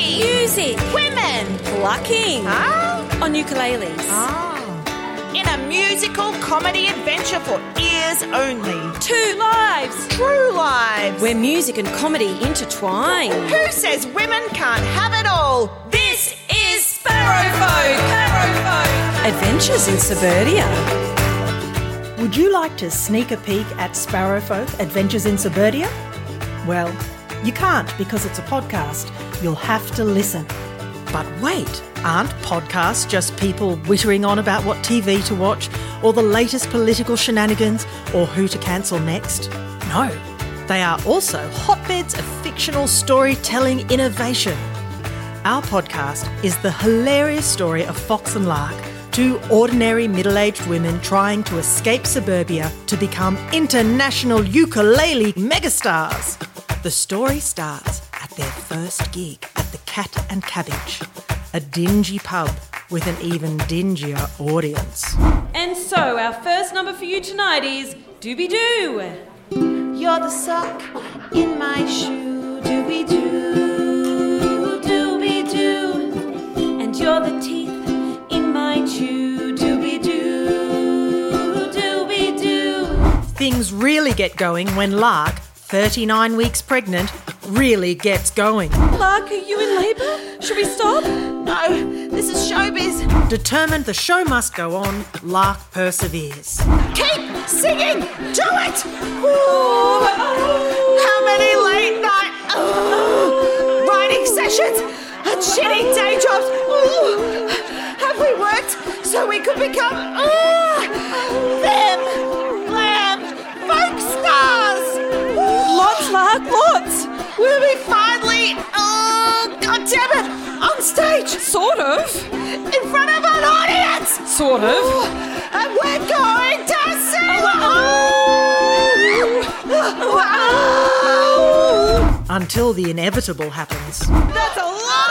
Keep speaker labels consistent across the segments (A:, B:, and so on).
A: music, women plucking
B: Ah.
A: on ukuleles.
B: Ah. In a musical comedy adventure for ears only.
A: Two lives
B: True lives.
A: where music and comedy intertwine.
B: Who says women can't have it all?
A: This is Adventures in Suburbia.
C: Would you like to sneak a peek at Sparrowfolk Adventures in Suburbia? Well, you can't because it's a podcast. You'll have to listen. But wait, aren't podcasts just people whittering on about what TV to watch, or the latest political shenanigans, or who to cancel next? No. They are also hotbeds of fictional storytelling innovation. Our podcast is the hilarious story of Fox and Lark, two ordinary middle aged women trying to escape suburbia to become international ukulele megastars. The story starts at their first gig at the Cat and Cabbage, a dingy pub with an even dingier audience.
A: And so, our first number for you tonight is Doobie Doo.
B: You're the sock in my shoe. Doobie doo.
A: Doobie Doo. And you're the teeth in my chew. Doobie Doo. Doobie Doo.
C: Things really get going when Lark, 39 weeks pregnant, really gets going.
A: Lark, are you in labour? Should we stop?
B: No, this is showbiz.
C: Determined the show must go on, Lark perseveres.
B: Keep singing. Do it. How many late night Ugh. writing sessions and shitty day jobs Ugh. have we worked so we could become Ugh, them glam folk stars?
A: Lots, Lark, lots.
B: Will we finally? Oh, God damn it! On stage,
A: Sort of.
B: in front of an audience,
A: Sort of.
B: and we're going to sing. Oh, oh.
C: until the inevitable happens.
B: That's a lot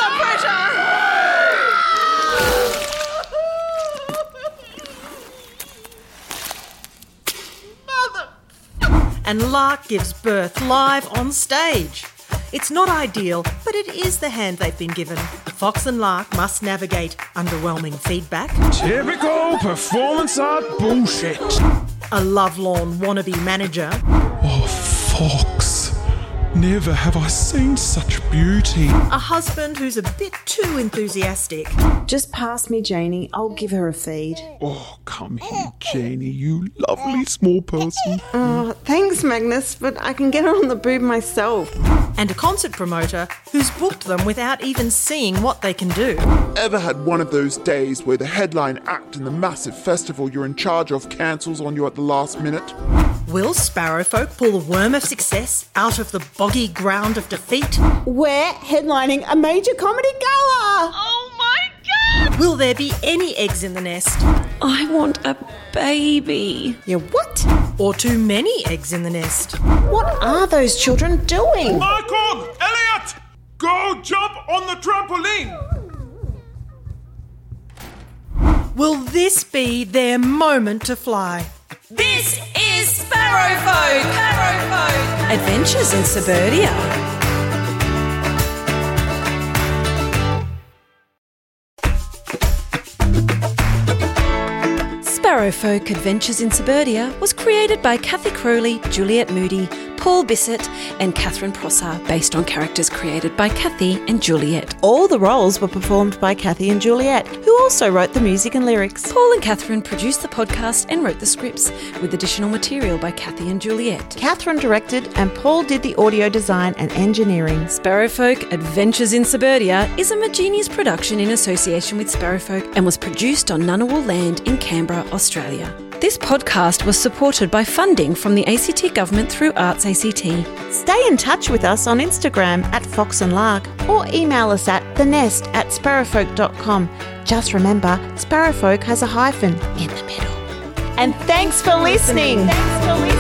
B: of pressure. Mother.
C: And Lark gives birth live on stage. It's not ideal, but it is the hand they've been given. Fox and Lark must navigate underwhelming feedback,
D: Typical performance art bullshit.
C: a lovelorn wannabe manager,
D: Oh, Fox. Never have I seen such beauty.
C: a husband who's a bit too enthusiastic,
E: Just pass me Janie. I'll give her a feed.
D: Oh, come here, Janie, you lovely small person.
E: Uh, Thanks, Magnus, but I can get her on the boob myself.
C: and a concert promoter who's booked them without even seeing what they can do.
F: Ever had one of those days where the headline act in the massive festival you're in charge of cancels on you at the last minute?
C: Will Sparrowfolk pull the worm of success out of the boggy ground of defeat?
E: We're headlining a major comedy gala.
B: Oh my God.
C: Will there be any eggs in the nest?
A: I want a baby.
E: Yeah, what?
C: Or too many eggs in the nest?
E: What are those children doing?
D: Michael! Elliot! Go jump on the trampoline!
C: Will this be their moment to fly?
A: This is Sparrowfolk. Sparrowfolk. Adventures in Suburbia. Sparrowfolk Adventures in Suburbia was created by Kathy Crowley, Juliet Moody, Paul Bissett, and Catherine Prosser, based on characters created by Kathy and Juliet.
E: All the roles were performed by Kathy and Juliet, who also wrote the music and lyrics.
A: Paul and Catherine produced the podcast and wrote the scripts, with additional material by Kathy and Juliet.
E: Catherine directed, and Paul did the audio design and engineering.
A: Sparrowfolk Adventures in Suburbia is a Magenius production in association with Sparrowfolk and was produced on Ngunnawal land in Canberra, Australia. This podcast was supported by funding from the ACT government through Arts ACT.
E: Stay in touch with us on Instagram at Fox and Lark or email us at thenest at sparrowfolk.com. Just remember, Sparrowfolk has a hyphen in the middle. And thanks for listening. Thanks for listening.